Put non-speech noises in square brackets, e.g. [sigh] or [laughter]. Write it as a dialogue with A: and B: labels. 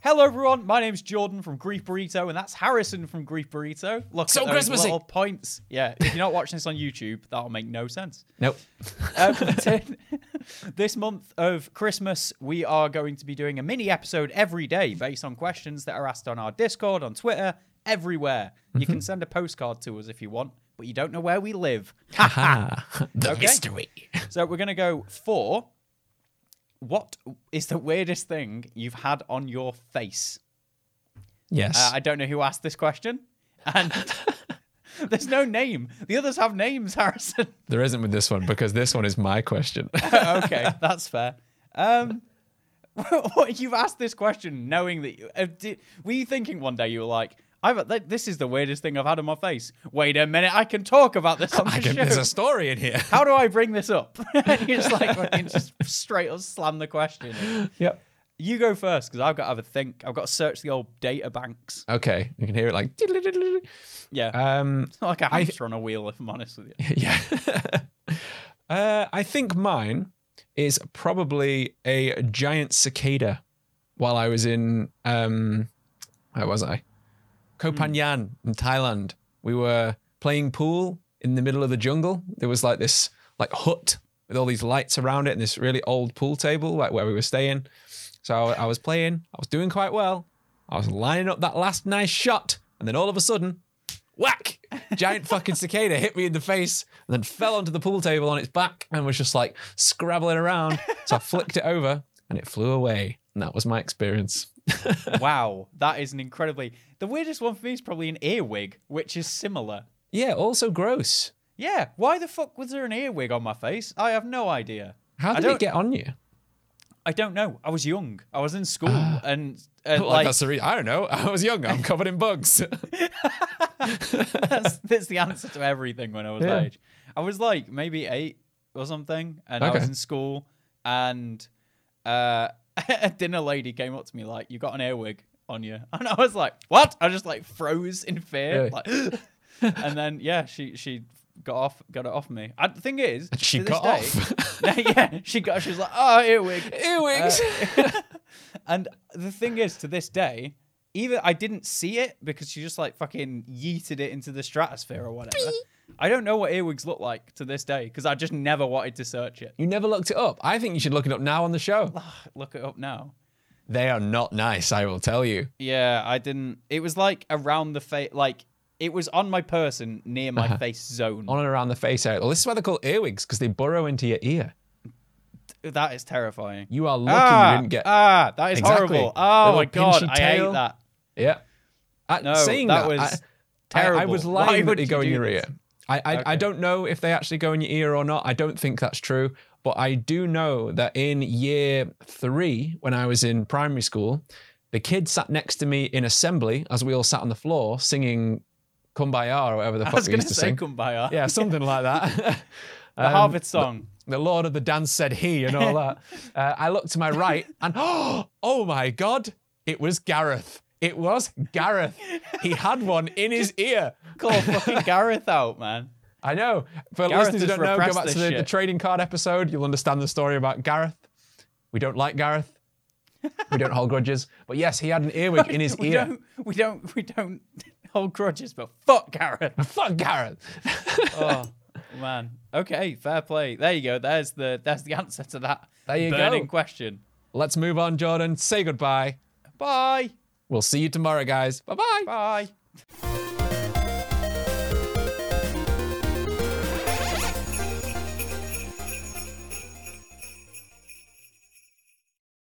A: Hello, everyone. My name's Jordan from Grief Burrito, and that's Harrison from Grief Burrito. Look
B: So
A: at those
B: Christmassy.
A: little points. Yeah, if you're not watching this on YouTube, that'll make no sense.
C: Nope.
B: [laughs]
A: Um, [laughs] ten- this month of Christmas, we are going to be doing a mini episode every day based on questions that are asked on our Discord, on Twitter, everywhere.
B: [laughs]
A: You can send a postcard to us if you want, but you don't know where we live.
C: [laughs]
B: The
A: Okay.
B: mystery.
A: So we're going to go for what is the weirdest thing you've had on your face?
C: Yes.
A: Uh, I don't know who asked this question. And [laughs] there's no name. The others have names, Harrison.
C: there isn't with this one because this one is my question.
A: okay, [laughs] that's fair. Um, [laughs] what you've asked this question knowing that you, uh, did, were you thinking one day you were like, I've, th- this is the weirdest thing I've had on my face. Wait a minute, I can talk about this on the
C: I can,
A: show.
C: there's a story in here.
A: How do I bring this up? [laughs] and you're just like, fucking just straight up slam the question. in.
C: Yep.
A: You go first because I've got to have a think. I've got to search the old data banks.
C: Okay, you can hear it like. [laughs]
A: Yeah,
C: Um,
A: it's not [laughs] like a hamster on a wheel. If I'm honest with you,
C: [laughs] yeah. uh, I think mine is probably a giant cicada. While I was in, um, where was I? Koh Phangan in Thailand. We were playing pool in the middle of the jungle. There was like this like hut with all these lights around it and this really old pool table like where we were staying. So I, I was playing. I was doing quite well. I was lining up that last nice shot, and then all of a sudden, whack! Giant fucking cicada hit me in the face and then fell onto the pool table on its back and was just like scrabbling around. So I flicked it over and it flew away. And that was my experience.
A: wow, that is an incredibly. The weirdest one for me is probably an earwig, which is similar.
C: Yeah, also gross.
A: Yeah, why the fuck was there an earwig on my face? I have no idea.
C: How
A: I
C: did
A: don't-
C: it get on you?
A: I don't know. I was young. I was in school, and uh,
C: Well,
A: like that's,
C: that's the re- I don't know. I was young. I'm covered
A: [laughs]
C: in bugs.
A: that's, the answer to everything when I was
C: Yeah.
A: that age. I was like maybe eight or something, and I
C: Okay.
A: was in school, and uh, [laughs] a dinner lady came up to me like, "You got an earwig on you," [laughs] and I was like, "What?" I just like froze in fear,
C: Really?
A: like, [gasps] and then yeah, she she got off got it off me. I, the thing is,
C: [laughs] She
A: to this
C: got
A: day- [laughs] yeah, she got. She was like, "Oh, earwig."
C: Earwigs.
A: Uh, [laughs] And the thing is, to this day, either I didn't see it because she just like fucking yeeted it into the stratosphere or whatever. I don't know what earwigs look like to this day because I just never wanted to search it. [sighs]
C: you never looked it up. I think you should look it up now on the show.
A: Look it up now.
C: They are not nice, I will tell you.
A: Yeah, I didn't. It was like around the face, like it was on my person near my face zone.
C: Uh-huh. On and around the face area. Well, this is why they're called earwigs, because they burrow into your ear.
A: That is terrifying.
C: You are lucky
A: ah,
C: you didn't get.
A: ah, that is
C: Exactly.
A: horrible.
C: The
A: Oh my
C: little
A: god,
C: pinchy
A: I hate
C: tail.
A: that.
C: Yeah. I,
A: No,
C: saying
A: that
C: that,
A: was
C: I- I, I, was
A: terrible. Why
C: lying that
A: would
C: they
A: you
C: go in
A: do
C: your
A: this?
C: ear. I, I,
A: Okay.
C: I don't know if they actually go in your ear or not. I don't think that's true. But I do know that in year three, when I was in primary school, the kid sat next to me in assembly as we all sat on the floor singing Kumbaya or whatever the
A: I
C: fuck
A: was [laughs]
C: we
A: going
C: used
A: to um,
C: to
A: say
C: sing.
A: kumbaya.
C: yeah, something like that.
A: [laughs]
C: [laughs] Um,
A: the Harvard song.
C: the Lord of the Dance said he and all that. Uh, I looked to my right and [gasps] oh, oh my God, it was Gareth. It was Gareth. He had one in his ear.
A: [laughs] Call
C: [laughs]
A: fucking Gareth out, man.
C: I know. For
A: Gareth
C: listeners who
A: has
C: don't know, go
A: repressed
C: back to
A: this
C: the, the
A: shit.
C: trading card episode. You'll understand the story about Gareth. We don't like Gareth. We don't hold grudges. But yes, he had
A: [laughs]
C: an earwig in his
A: we
C: ear.
A: Don't, we don't we don't [laughs] hold grudges, but fuck Gareth.
C: [laughs] Fuck Gareth.
A: Oh man. Okay, fair play. There you go. There's the there's the answer to that
C: There you
A: burning
C: go.
A: question.
C: [laughs] Let's move on, Jordan. Say goodbye.
A: Bye.
C: We'll see you tomorrow, guys. Bye-bye.
A: Bye.